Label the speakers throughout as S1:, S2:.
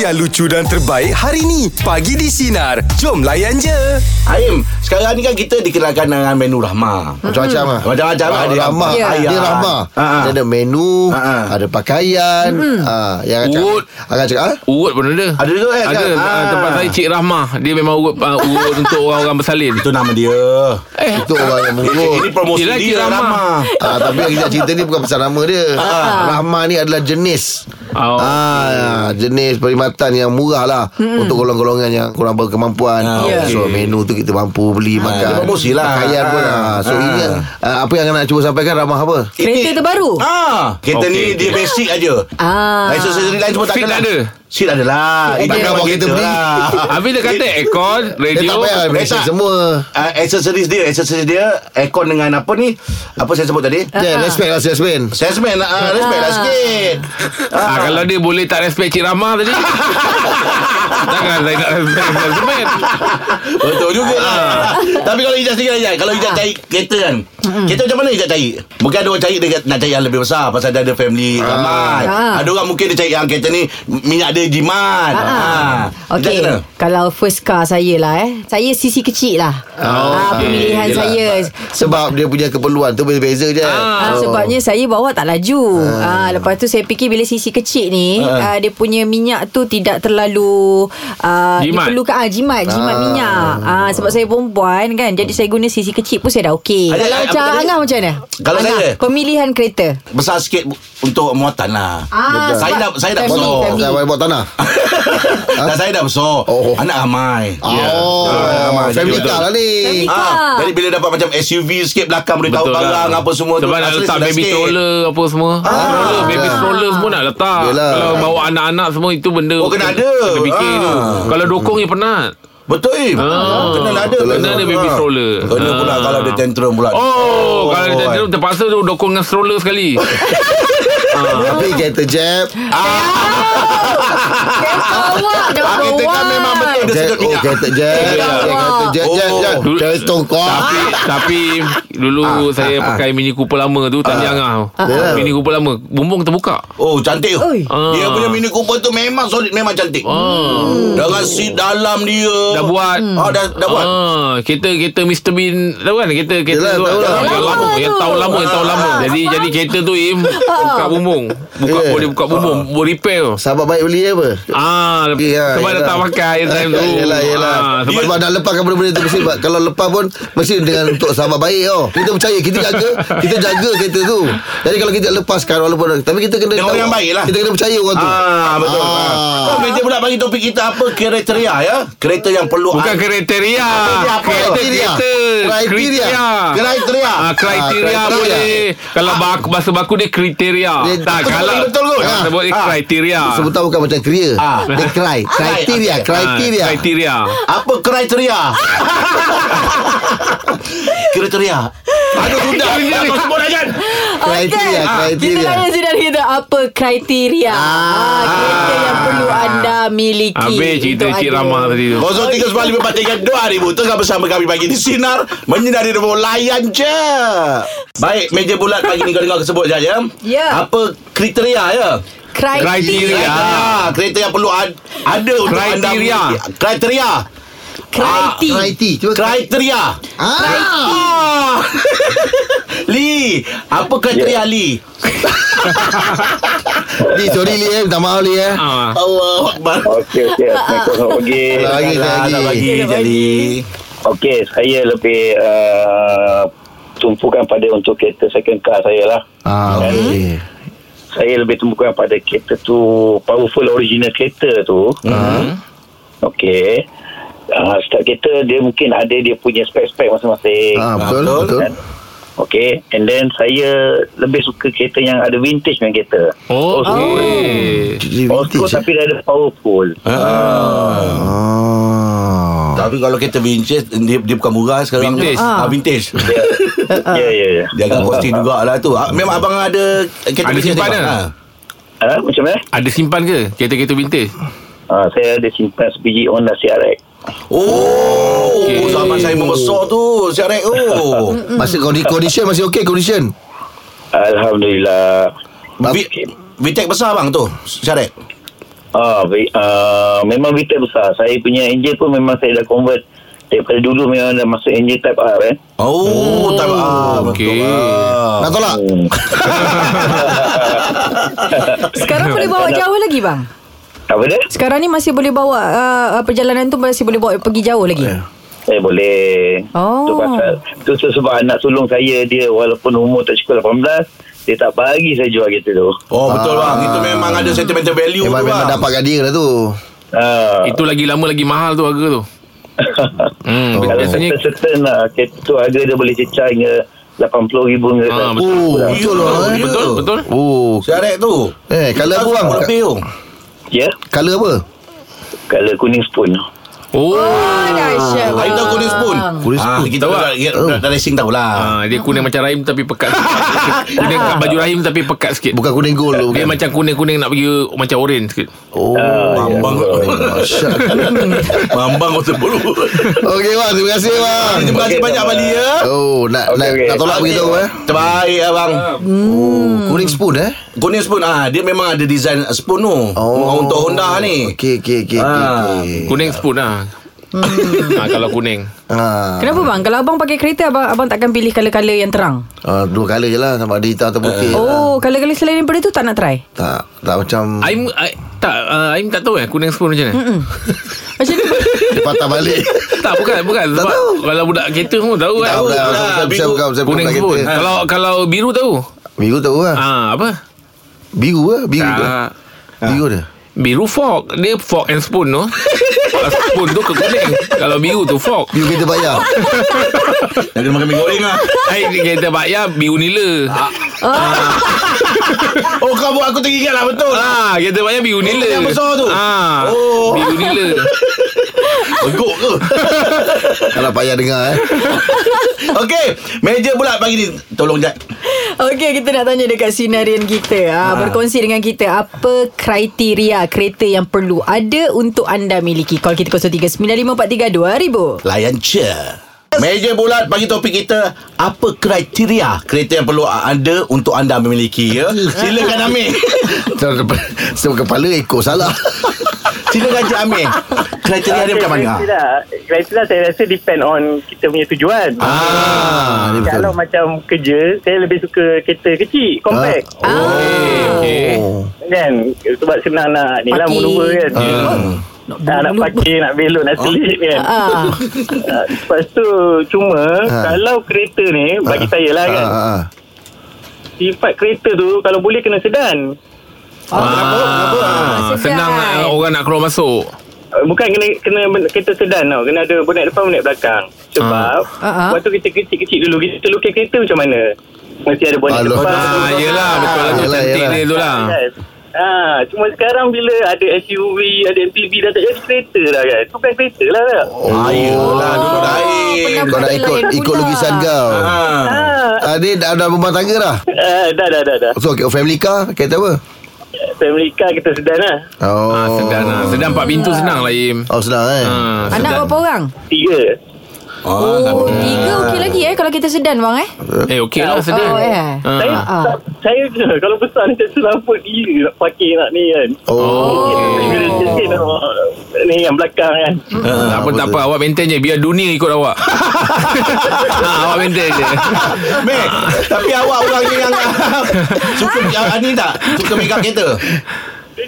S1: yang lucu dan terbaik hari ni. Pagi di Sinar. Jom layan je.
S2: Aim, sekarang ni kan kita dikenalkan dengan menu rahmah.
S3: Macam-macam
S4: Hmm.
S3: lah
S2: Macam-macam lah.
S3: ada rahmah
S2: Ya.
S3: Dia rahmah
S2: Ha, ha.
S3: Dia ada menu
S2: Ha, ha.
S3: Ada pakaian ha, Yang akan
S4: Urut.
S3: cakap Akan cakap ha?
S4: Urut pun ada
S2: Ada juga kan?
S4: Ada
S2: Ah.
S4: ah. Tempat saya Cik Rahmah Dia memang urut uh, Urut untuk orang-orang bersalin
S2: Itu nama dia.
S4: Eh
S3: Itu orang yang
S2: Ini,
S3: mengurut
S2: ini promosi
S4: Yelah,
S2: dia
S4: Cik Rahmah.
S2: rahmah.
S3: Ah, tapi yang kita cerita ni bukan pasal nama dia. Rahmah ni adalah jenis.
S4: Oh.
S3: Ah, jenis perkhidmatan yang murah lah hmm. untuk golongan-golongan yang kurang berkemampuan.
S2: Ya.
S3: So menu tu kita mampu beli makan.
S2: dia promosi lah.
S3: Pakaian pun.
S2: Ah.
S3: Ah. So
S2: Ah.
S3: ini ah, apa yang nak cuba sampaikan Rahmah apa?
S2: Ini-
S5: Kereta terbaru.
S2: Ah, kereta
S4: Okey,
S2: ni
S4: okey.
S2: dia basic aja.
S5: Ah.
S2: Accessory lain semua tak
S4: Seat
S2: kena.
S4: ada?
S2: Seat ada lah.
S3: Seat
S2: Itu
S3: ada.
S2: memang
S3: Bawa
S2: kereta
S3: kereta beli.
S2: lah.
S4: Habis dia kata aircon
S3: Dia tak
S4: Radio
S3: payah
S2: dia
S3: Malaysia
S2: tak.
S3: semua.
S2: Ah, Accessories dia, accessories dia aircon dengan apa ni? Apa saya sebut tadi?
S3: Ya, yeah, respect lah salesman.
S2: Salesman lah, ah, respect lah sikit.
S4: ah, Kalau dia boleh tak respect Cik Rahmah tadi Jangan saya nak respect Salesman
S2: Betul juga
S5: Ah.
S2: lah. Tapi kalau Ijaz sendiri Ijaz Kalau Ijaz cari kereta kan Kereta macam mana Ijaz cari Mungkin ada orang cari Dia nak cari yang lebih besar Pasal dia ada family ramai
S5: Ah.
S2: Ada orang mungkin dia cari yang kereta ni Minyak dia jimat
S5: Ah,
S2: Ah. Ijaz
S5: Okey,
S2: kena?
S5: kalau first car saya lah eh. Saya sisi kecil lah.
S3: Oh,
S5: ah,
S3: okey.
S5: pemilihan
S2: Yelah.
S5: saya.
S3: Sebab dia punya keperluan tu berbeza je. Oh.
S5: Ah,
S3: So,
S5: sebabnya saya bawa tak laju. Ah. lepas tu saya fikir bila sisi kecil ni, ah. dia punya minyak tu tidak terlalu ah,
S4: Jimat.
S5: diperlukan ah jimat, jimat minyak. Ah, sebab saya perempuan kan, jadi saya guna sisi kecil pun saya dah okey.
S2: Ada-
S5: Kalau
S2: ada-
S5: macam
S2: apa tadi?
S5: Angah macam mana?
S2: Kalau
S5: Angah,
S2: saya?
S5: pemilihan kereta.
S2: Besar sikit bu- Untuk muatan lah
S5: Ah,
S2: Saya
S5: sebab
S2: dah Saya dah
S5: family,
S2: besar
S5: family.
S3: Saya buat tanah.
S2: Dah saya dah besar
S3: Oh.
S2: Anak ramai
S3: Oh,
S2: Ya. Ah,
S3: family
S2: betul.
S3: car lah ni.
S5: Family
S2: Ah,
S5: Ika.
S2: jadi bila dapat macam SUV sikit belakang boleh tahu
S5: lah.
S2: barang apa semua tu.
S4: Sebab nak
S2: asli
S4: letak
S2: sedap
S4: baby
S2: sikit.
S4: stroller Apa semua ah. Stroller Baby stroller semua nak letak
S3: Yelah.
S4: Kalau bawa anak-anak semua Itu benda
S2: Oh, kena ada.
S4: Kena fikir tu
S2: Ah.
S4: Kalau dokongnya penat
S2: Betul Im
S4: Ah.
S2: Kena lah ada
S4: Kena ada baby stroller.
S2: Kena pula
S4: Ah.
S2: kalau ada tantrum pula
S4: Oh, kalau dia tantrum terpaksa tu dokong dengan stroller sekali.
S3: Tapi kereta jeb.
S5: Kereta awak dah
S2: Ah, Kita kan memang betul Dia
S3: Jeb,
S2: sedut
S3: oh
S2: minyak
S3: kereta jeb. Kereta jeb, jeb, jeb.
S4: Oh.
S3: Kereta tongkok.
S4: tapi tapi
S2: Ah.
S4: dulu saya pakai Mini Cooper lama tu tanya angah.
S3: Yelah.
S4: Mini Cooper lama, bumbung terbuka.
S2: Oh cantik
S5: Oi.
S2: Dia
S4: Ah.
S2: punya mini Cooper tu Memang solid Memang cantik hmm. Dengan seat dalam dia
S4: Dah buat.
S2: Ah, dah, dah buat
S4: Ah, kereta kereta Mr Bean tahu kan kereta kereta
S3: Yelah, tahu
S4: tu
S3: lah.
S4: yang tahun lama yang tahun lama yang tahun lama. Jadi jadi kereta tu im buka bumbung. Buka
S3: Yeah. Ah.
S4: boleh buka bumbung, boleh repair. tu.
S3: Sahabat baik beli apa?
S4: Ah,
S3: Ya,
S4: sebab dah
S3: yelah.
S4: tak pakai time tu.
S3: Yelah yelah
S4: Ah,
S3: sebab,
S4: sebab
S3: sebab nak lepaskan benda-benda tu Mesti sebab Kalau lepas pun Mesti dengan untuk sahabat baik oh. Kita percaya Kita jaga Kita jaga kereta tu Jadi kalau kita lepaskan Walaupun Tapi kita kena
S2: Dengan orang yang baik lah.
S3: Kita kena percaya orang tu
S2: Ah, betul.
S3: Ah.
S2: Ah. Kau kereta pula bagi topik kita apa kriteria ya? Kereta yang perlu
S4: bukan
S2: Ah,
S4: kriteria.
S2: dia apa?
S4: Kereta kereta.
S3: Kriteria.
S4: Kriteria.
S2: kriteria.
S4: Ah, kriteria
S3: Ah, kriteria.
S4: boleh Kalau baku, bahasa baku dia kriteria
S3: Dia-
S4: Tak
S3: betul,
S4: kalau
S3: betul kot.
S4: Kalau
S3: Ah.
S4: sebut dia
S2: Ah.
S4: kriteria
S3: Sebutan bukan macam kria
S2: Ah.
S3: Dia cry Kriteria
S2: Ah,
S3: Kriteria
S4: Ah, Kriteria
S2: Apa kriteria? kriteria. Aduh sudah. Kau sebut dah Jan.
S5: Oh,
S3: Kriteria
S5: Ah, Kita
S3: Kriteria
S5: tanya saudara kita apa kriteria ah, kereta yang perlu anda miliki.
S4: Habis cerita
S5: untuk
S4: Cik
S5: anda.
S4: Ramah tadi tu
S2: 0395432000 Tengah bersama kami pagi di Sinar Menyinari Demo Layan je Baik, meja bulat pagi ni kau dengar aku sebut je ya
S5: Ya.
S2: Apa kriteria ya
S5: Kriteria.
S4: Kriteria.
S2: Kriteria Kereta yang perlu ad, ada untuk anda
S4: Kriteria.
S2: memiliki. Kriteria
S4: Ah.
S5: Kriteria.
S3: Kriti Cuba
S2: Kriteria
S3: Ah.
S2: ah. Li Apa kriteria Li?
S3: Li sorry Li eh Minta maaf Li eh
S4: Ah.
S2: Allah Akbar
S6: Okey, okey. Assalamualaikum. Selamat pagi.
S3: Selamat
S2: Selamat
S3: pagi.
S2: pagi
S5: Selamat pagi.
S2: Jali
S6: Okey, saya lebih uh, tumpukan pada untuk kereta second car saya lah.
S3: Ah, okey.
S6: Saya lebih tumpukan pada kereta tu, powerful original kereta tu. Hmm. Okey. Uh, setiap kereta dia mungkin ada dia punya spek-spek masing-masing.
S3: Ah, betul, betul.
S6: Kan? Okey, and then saya lebih suka kereta yang ada vintage dengan kereta.
S4: Oh, okey.
S3: Jadi
S6: Old school
S3: vintage. eh.
S6: tapi dia ada powerful.
S3: Ah.
S2: Tapi kalau kereta vintage Dia, dia bukan murah sekarang
S4: Vintage.
S2: ah, Vintage
S6: Ya. Ya, ya, ya.
S2: Dia agak costing jugalah tu Ah, Memang abang ada kereta
S4: Ada
S2: vintage
S4: simpan
S2: abang?
S4: ke?
S2: Ah.
S6: Ha, macam mana?
S4: Ada simpan ke kereta-kereta vintage?
S6: Ha, saya ada simpan sebiji Honda CRX.
S2: Oh
S4: Okey.
S2: Zaman saya membesar tu Siarek oh
S3: Masih kondi- condition masih okey condition.
S6: Alhamdulillah.
S3: Bab-
S2: Vi- Vitek besar bang tu Siarek
S7: Ah, ve- ah, memang retail besar. Saya punya enjin pun memang saya dah convert. Daripada dulu memang dah masuk enjin type R eh.
S2: Oh, tak ah,
S4: Okey.
S2: betul lah.
S3: Nak tolak?
S7: Hmm.
S5: Sekarang boleh bawa jauh lagi bang?
S7: Apa dia?
S5: Sekarang ni masih boleh bawa uh, perjalanan tu masih boleh bawa pergi jauh lagi.
S4: Ya.
S7: Saya Eh, boleh.
S5: Oh.
S7: Tu pasal tu, tu sebab anak sulung saya dia walaupun umur tak cukup 18, dia tak bagi saya jual kereta tu.
S2: Oh betul bang Itu memang ada sentimental value
S3: Memang,
S2: tu
S3: memang
S2: bang
S3: dapat kat dia lah tu
S7: Ah.
S4: Itu lagi lama lagi mahal tu harga tu. Hmm,
S8: Oh.
S7: Kalau
S4: biasanya
S7: certain-certain lah Kereta tu harga dia boleh cecah hingga RM80,000 hingga
S4: Ah, betul.
S3: Oh
S2: Betul
S3: betul lah eh.
S4: Betul, betul.
S3: Oh
S2: Siaret tu
S3: Eh colour apa bang
S2: Lebih oh. tu
S7: Ya
S3: Colour apa
S7: Kalau kuning spoon
S4: Oh.
S5: Oh, dahsyat.
S2: Hari tahu kuning spoon
S3: Kuning
S2: Ah,
S3: spoon.
S2: Kita
S4: Tahu
S2: dah- kita dah dah racing tahulah
S4: Ha, dia kuning macam Rahim tapi pekat sikit. Kuning kat baju Rahim tapi pekat sikit.
S3: Bukan kuning gold tu
S4: Dia
S3: bukan
S4: macam kuning-kuning nak pergi macam orange sikit.
S3: Oh
S2: Bambang
S3: Masya
S2: Bambang kau sebelum
S3: Okey bang terima kasih Hmm,
S2: Terima
S3: bang
S2: kasih
S7: Okey,
S2: banyak
S7: bang.
S2: Bali ya
S3: Oh nak
S7: Okey,
S3: nak,
S7: okey.
S3: nak tolak
S2: Okey.
S3: begitu eh
S2: Terbaik abang
S3: Oh kuning spoon eh
S2: Kuning spoon ah Dia memang ada design spoon tu
S3: Oh
S2: Untuk Honda ni
S3: Okey okey okey okey,
S2: Ah,
S3: okey.
S4: Kuning spoon lah.
S3: Hmm.
S4: ha, kalau kuning.
S3: Ah,
S5: Kenapa bang? Kalau abang pakai kereta abang abang takkan pilih color-color yang terang.
S3: ah, dua kali je lah Sama ada hitam atau putih lah.
S5: Oh, color-color selain daripada tu tak nak try.
S3: Tak Tak macam
S4: Aim I, tak uh, Aim tak tahu eh kuning spoon macam mana.
S5: Macam ni.
S3: Dia patah balik
S4: tak bukan bukan sebab kalau budak kereta pun tahu kan.
S3: Tak
S2: Tahu
S3: tahu
S2: lah,
S3: Saya
S2: biru,
S3: saya bukan Saya bukan
S4: Kuning
S3: nak
S4: spoon.
S3: kata
S4: Kalau kalau biru tahu.
S3: Biru tahu lah
S4: Ah ha, apa? Ah,
S3: Biru lah Biru tu
S4: Tak.
S3: Biru dia
S4: Biru fork Dia fork and spoon tu Kalau Spoon tu ke kuning Kalau biru tu fork
S3: Biru kita bayar
S2: Dah kena makan mie goreng lah
S4: Hai kita bayar biru nila
S2: Oh kau buat aku teringat lah betul
S4: Ah, kita bayar biru nila
S2: yang besar tu?
S4: Ah,
S2: Oh.
S4: oh. Biru nila
S2: Begok ke
S3: Kalau payah dengar eh
S2: Okey Meja pula pagi ni Tolong jat
S5: Okey, kita nak tanya dekat sinarian kita.
S4: Ah.
S5: Ha, Berkongsi dengan kita apa kriteria kereta yang perlu ada untuk anda miliki. Call kita 0395432000.
S2: Layan je Meja bulat bagi topik kita Apa kriteria kereta yang perlu anda untuk anda memiliki ya? Silakan Amir
S3: Sebab kepala ekor salah
S2: Silakan Cik Amir Kriteria dia macam mana?
S8: Kriteria, kriteria saya rasa depend on kita punya tujuan.
S3: Ah dia betul Ah.
S8: Kalau macam kerja, saya lebih suka kereta kecil, compact.
S5: Ah.
S4: Oh, Okey.
S3: Oh
S8: Kan? Sebab senang nak ni lah
S5: Parking.
S8: mula kan.
S3: Ah.
S8: Nak, nak
S5: mula-mula.
S8: parking, nak belok, nak selit kan.
S5: Ah.
S8: Ah, Lepas tu cuma
S3: Ah.
S8: kalau kereta ni bagi saya lah kan.
S3: Ah, ah, ah.
S8: Sifat kereta tu kalau boleh kena sedan.
S4: Ah, senang nak
S5: kan?
S4: orang nak keluar masuk.
S8: Uh, Bukan kena kena ben- kereta sedan tau. Kena ada bonet depan, bonet belakang. Sebab
S5: Ah. Ah, ah.
S8: waktu kita kecil-kecil dulu, kita lukis kereta macam mana? Mesti ada bonet
S3: Alah.
S8: depan.
S4: Ah,
S8: bonet
S4: yelah
S8: belakang.
S4: betul lah tu
S3: Yelah,
S4: cantik
S3: yelah.
S4: dia tu lah.
S8: Kan? Ah, cuma sekarang bila ada SUV, ada MPV dah tak jadi kereta dah kan. Tu Bukan kereta lah tak.
S3: Oh.
S2: Ayolah dulu lain
S5: pendapat
S3: Kau nak
S5: dia
S3: ikut
S5: lain
S3: Ikut
S5: pula.
S3: lukisan kau
S2: Ah.
S8: Ah,
S3: Ah, Dia dah, dah rumah tangga dah
S8: ah, dah dah dah dah.
S3: So okay, oh, family car Kereta apa
S8: Family car kita sedan lah.
S3: Oh
S4: Ah, sedang lah. Sedang empat pintu senang lah Im.
S3: Oh senang eh
S4: Ah,
S5: Anak
S4: sedang.
S5: berapa orang?
S8: Tiga.
S2: Ah,
S5: Oh, tiga okey lagi eh kalau kita sedan bang eh.
S4: Eh, okey lah
S5: Oh,
S4: sedang.
S5: eh.
S8: Saya,
S4: Ah.
S5: ah.
S8: tak- saya je kalau besar ni tak selamat gila nak parking nak ni kan.
S3: Oh,
S8: Mungkin nak ni yang belakang kan.
S4: Tak apa, tak apa. Awak maintain je. Biar dunia ikut awak. ah, awak maintain je.
S2: Mac, tapi awak orang ni yang suka ah, ni tak? Suka make up kereta.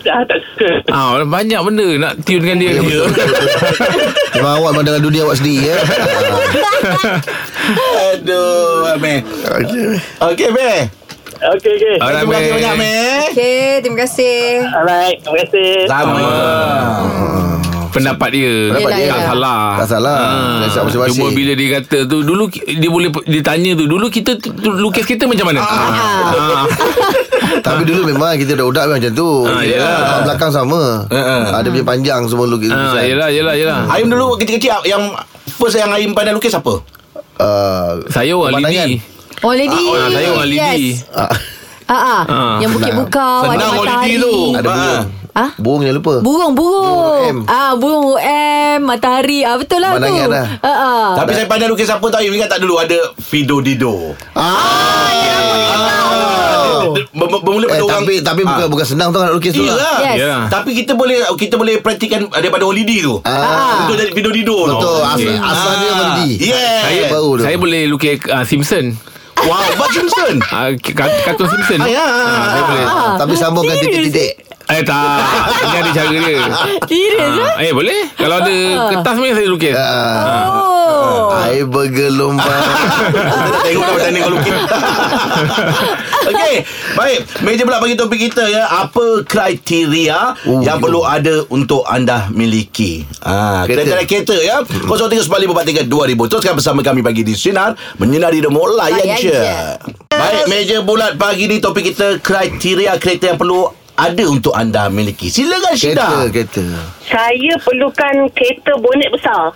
S8: Dah tak suka.
S4: Ah, banyak benda nak tune dengan
S3: Ya,
S4: dia. Ya.
S3: Memang awak memang dengan dunia awak sendiri eh
S2: Aduh, Mac.
S3: Okay
S2: Okey, Mac.
S8: Okey okey.
S4: Alright,
S2: Terima kasih
S4: Mac.
S2: banyak, Mac.
S5: Okey, terima kasih.
S8: Alright, terima kasih.
S2: Sama.
S4: Pendapat dia
S3: Pendapat
S5: dia.
S4: Tak
S5: Yelah.
S4: salah Ah.
S3: Tak salah. Nasihat masing-masing.
S4: Cuma bila dia kata tu Dulu ki- dia boleh Dia tanya tu Dulu kita tu- tu- Lukis kita macam mana ah.
S3: Tapi dulu memang kita dah udak memang macam tu.
S4: Ah, yelah.
S3: Kat Belakang sama.
S2: ah.
S3: Ada punya panjang semua lukis
S4: Ah,
S3: lukisan.
S4: Yelah yelah yelah
S2: Aim dulu kecil-kecil yang first yang Aim pandai lukis apa?
S3: Ah,
S4: Saya orang
S3: pemandangan.
S4: lidi
S5: Oh lady.
S4: ah, Saya orang lidi
S5: Yes.
S3: Ah,
S5: Ah, ah.
S4: Ah,
S5: Yang bukit-bukau ada
S2: Senang holiday
S5: matahari.
S2: tu.
S3: ada burung.
S5: Ah?
S3: Burung yang lupa.
S5: Burung,
S3: Burung OM.
S5: burung. Ah, burung OM, matahari. Ah, betul lah tu.
S3: Pemandangan lah.
S5: Ah, ah.
S2: Tapi saya pandai lukis apa tak Aim ingat tak dulu ada Fido Dido.
S3: Ah.
S2: Dia, dia, ber- ber- bermula
S3: Eh,
S2: pada orang Ah.
S3: tapi tapi bukan bukan senang tu nak lukis tu lah.
S2: Yelah
S5: Yes.
S4: Yelah.
S2: Tapi kita boleh Kita boleh praktikan Daripada holiday tu
S3: Ah.
S2: Untuk jadi video-video tu Ah.
S3: Betul. Asal
S4: okey.
S3: asal dia mandi.
S2: Yeah
S4: Saya
S3: baru tu.
S4: Saya boleh lukis uh, Simpson.
S2: Wow Bart Simpson
S4: Uh, kartun Simpson.
S2: Ah, ya.
S4: Ah, saya boleh.
S3: Tapi sambungkan titik-titik.
S4: Eh tak Ini ada cara dia
S5: Serius
S4: Ah, Eh boleh Kalau ada kertas ni saya lukis
S3: Ah,
S5: Oh
S3: air bergelombang.
S2: Kita nak tengok kau macam ni kalau kita Okey Baik Meja pula bagi topik kita ya Apa kriteria
S3: Oh,
S2: Yang
S3: oh.
S2: perlu ada Untuk anda miliki ah,
S3: Kereta.
S2: Kriteria kereta ya 0395432000 Teruskan bersama kami Pagi di Sinar Menyinari demo Layan
S5: Layan
S2: je
S5: je.
S2: Baik Meja bulat pagi ni Topik kita Kriteria kereta yang perlu Ada untuk anda miliki Silakan Syida
S3: Kereta, kereta.
S8: Saya perlukan kereta bonet besar.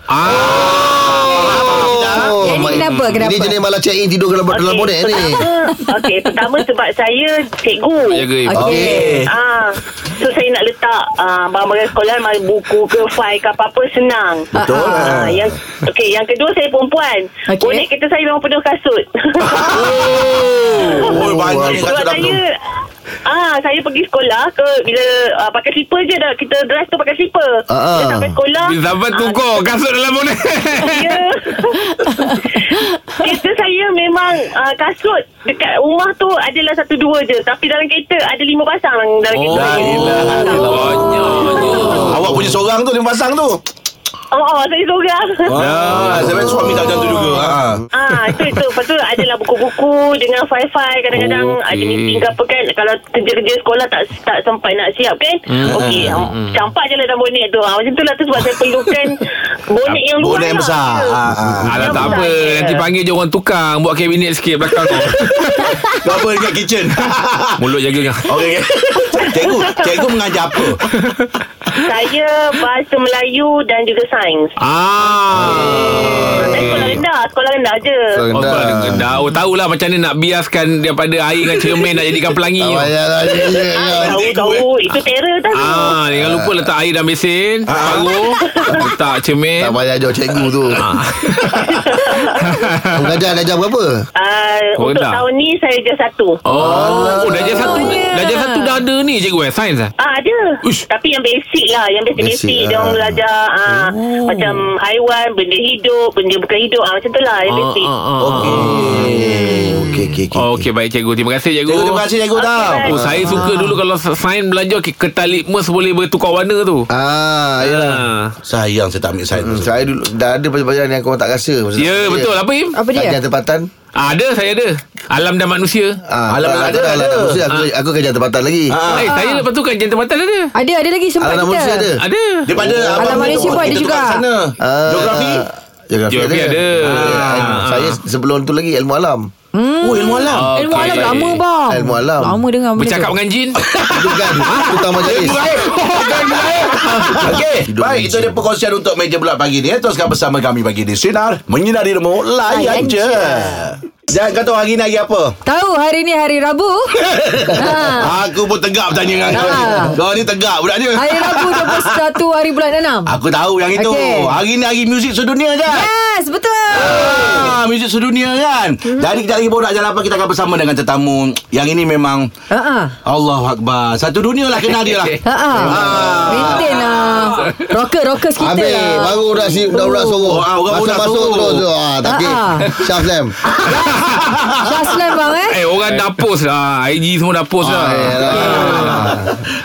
S3: Oh,
S5: Yang ni
S3: mak-
S5: kenapa, kenapa?
S3: Ini jenis malah check in tidur dalam, dalam
S8: Okey,
S3: bonet ni.
S8: pertama, Okey, pertama sebab saya cikgu.
S4: Jaga ibu
S5: Okay
S8: Ah, so saya nak letak ah, barang-barang sekolah, mari buku ke fail ke apa-apa senang.
S2: Betul
S8: Ah, yang okey, yang kedua saya perempuan.
S5: Okey.
S8: Bonet kereta saya memang penuh kasut.
S2: Oh, banyak
S8: Sebab
S2: kat
S8: saya Ah, saya pergi sekolah ke bila ah, pakai slipper je dah kita dress tu pakai slipper.
S3: Ah, ah.
S8: Bila sampai sekolah.
S4: Bila zaman
S8: ah,
S4: tukar Kasut dalam bonet
S8: Ya. kereta saya memang uh, kasut dekat rumah tu adalah satu dua je tapi dalam kereta ada lima pasang
S4: Oh,
S8: dalam kereta. saya.
S2: Awak punya seorang tu Lima pasang tu
S8: Oh, oh saya seorang.
S4: Ya.
S2: Ah, sebab suami tak macam tu juga. Ah.
S8: Ah, itu itu. Lepas tu adalah buku-buku dengan file-file kadang-kadang
S4: Oh, Okey.
S8: ada meeting ke apa kan. Kalau kerja-kerja sekolah tak tak sempat nak siap kan.
S4: Hmm,
S8: Okey, um, campak je lah dalam bonet tu. Ah, macam tu lah tu sebab saya perlukan bonet yang luar.
S2: Bonet yang
S8: lah.
S2: besar. Ah, ah.
S4: Alah tak
S8: Yang
S4: apa
S8: besar je.
S4: Nanti panggil je orang tukang Buat kabinet sikit belakang tu
S2: Kau apa dekat kitchen?
S4: Mulut jaga kan
S2: Okey. okey. cikgu, cikgu mengajar apa?
S8: Saya bahasa Melayu dan juga sains.
S4: Ah
S8: Saya sekolah rendah, sekolah rendah je.
S4: Oh,
S3: Rendah.
S4: dah, dah oh, tahulah macam mana nak biaskan daripada air dengan cermin nak jadikan pelangi
S3: Tak
S4: tu.
S3: payah lah. Ya, ya, ya.
S8: Tahu tahu itu terror tadi. Ah.
S4: Ah, jangan lupa letak air dalam mesin, paruh, letak cermin.
S3: Ah, Tak payah jawab cikgu tu.
S4: Ah.
S3: Mengajar dah jam berapa?
S4: Oh,
S8: Ah, untuk
S4: rendah.
S8: tahun ni saya je satu.
S4: Oh, oh darjah satu Darjah satu dah ada ni cikgu eh Sains eh
S8: Ah ada
S4: Uish.
S8: Ush. Tapi yang basic lah Yang basic-basic
S3: Basic,
S8: basic, Dia orang
S3: ah.
S8: belajar ah,
S4: Oh.
S8: Macam haiwan Benda hidup Benda bukan hidup ah, Macam tu lah Yang basic
S4: ah, ah,
S3: Oh, Okey, okey, okey.
S4: ah. Okey baik cikgu Terima kasih cikgu
S2: Cikgu, terima kasih cikgu tau.
S4: Oh saya suka dulu Kalau sains belajar ke- Ketalitmus boleh bertukar warna tu
S3: Ah, yalah.
S4: Ah.
S2: Sayang saya tak ambil saya.
S3: Hmm, Saya dulu dah ada pelajaran yang korang tak rasa. Pasal
S4: Ya
S3: saya.
S4: betul Apa Im?
S5: Apa
S3: Kajian
S5: dia
S3: tempatan.
S4: Ah, ada saya ada Alam dan manusia
S3: Ah,
S2: Alam ada,
S3: tak- tak- tak-
S2: ada.
S3: tak- tak- manusia, Aku aku kerja tempatan lagi.
S2: Ah.
S4: Eh saya lepas tu kan Jantan batal ada
S5: Ada ada lagi
S3: Alam
S5: sempat
S3: dan manusia ada.
S5: kita
S4: Ada
S2: Daripada oh.
S5: Alam Malaysia pun ada juga. Eh.
S2: Sana.
S3: Ah,
S2: Geografi.
S3: Geografi
S4: Geografi
S3: ada.
S4: ada.
S3: Ah, ilmu-
S4: Ah.
S3: Saya sebelum tu lagi ilmu alam.
S5: Hmm.
S2: Oh, ilmu alam.
S4: Ah,
S5: Ilmu
S4: okey.
S5: alam lama bang
S3: Ilmu alam.
S5: Lama dengar benda
S4: Bercakap
S5: tu.
S4: dengan jin
S3: Bukan. Tukang majlis.
S2: Okey,
S3: Hidup
S2: baik
S3: Malaysia.
S2: itu dia perkongsian untuk meja bulat pagi ni. eh. Teruskan bersama kami pagi di Sinar menyinari demo layan
S5: Layan
S2: je.
S5: je.
S2: Jangan kata hari ni hari apa?
S5: Tahu hari ni hari Rabu ha.
S2: Aku pun tegak bertanya dengan kau ni.
S5: Ah.
S2: Kau ni tegak budak ni.
S5: Hari Rabu 21 hari bulan 6
S2: Aku tahu yang itu.
S5: Okey.
S2: Hari ni hari muzik sedunia je.
S5: Yes betul
S2: Ah, muzik sedunia kan.
S5: Hmm.
S2: Jadi kita lagi baru nak jalan apa kita akan bersama dengan tetamu yang ini memang
S5: Ha-ha.
S2: Allah Akbar. Satu dunia lah kenal dia lah.
S5: Ha-ha. Ah, Maintain lah Rocker-rocker kita
S3: Habis
S5: lah
S3: baru dah si dah urat suruh.
S2: Oh, ah, orang urat
S3: masuk
S2: suruh.
S3: terus tu. Ah, tapi
S5: Ah, ah.
S3: Syaf Sam.
S5: Baslan bang eh
S4: Eh orang dah post lah IG semua dah post lah
S2: Ah.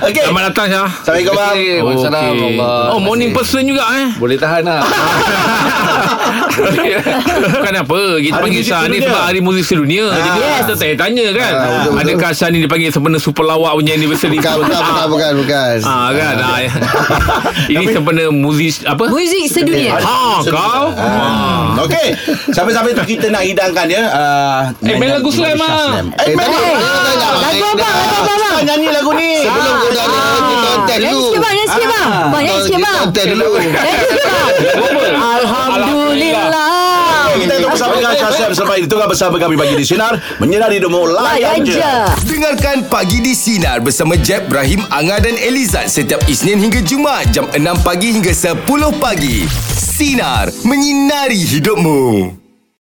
S2: Okey.
S4: Selamat datang Syah
S2: Assalamualaikum bang.
S9: Waalaikumsalam,
S4: Okey.
S9: Allah.
S4: Oh morning person juga eh
S9: Boleh tahan lah
S4: Bukan apa
S2: Hari
S4: Kita panggil
S2: muzik
S4: Syah ni
S2: sedunia.
S4: Sebab hari muzik sedunia Jadi
S5: Yes.
S4: kita tanya-tanya kan
S3: Ah, betul, betul.
S4: Adakah Syah ni dipanggil Sempena super lawak punya anniversary
S3: Bukan, bukan, bukan, bukan, bukan.
S4: Ah kan ah, ya. Ini sempena muzik Apa
S5: Muzik
S3: Eh,
S5: sedunia
S4: Ha kau
S2: Ah. Okey. Sampai-sampai tu kita nak hidangkan ya. Uh,
S4: Eh, main lagu Slam, ah.
S2: Eh,
S3: Eh,
S2: main
S3: tak-
S5: Eh,
S2: lagu.
S3: tak- tak- tak-
S5: Lagu apa
S3: tak-
S5: Lagu apa bang
S2: Kau nyanyi lagu ni. ah.
S3: Sebelum kau dah ada konten
S5: Nyanyi
S3: dulu.
S5: sikit bang Nyanyi sikit bang Bang nyanyi sikit Ah. bang
S3: Konten dulu.
S5: Nyanyi sikit bang Alhamdulillah
S2: Kita akan bersama dengan Syazam selepas ini. Tunggu bersama kami bagi di Sinar. Menyinari demo layan
S5: Layan
S2: je.
S5: je
S1: Dengarkan Pagi di Sinar bersama Jeb, Ibrahim, Anga dan Elizad setiap Isnin hingga Jumaat jam 6 pagi hingga 10 pagi. Sinar, menyinari hidupmu.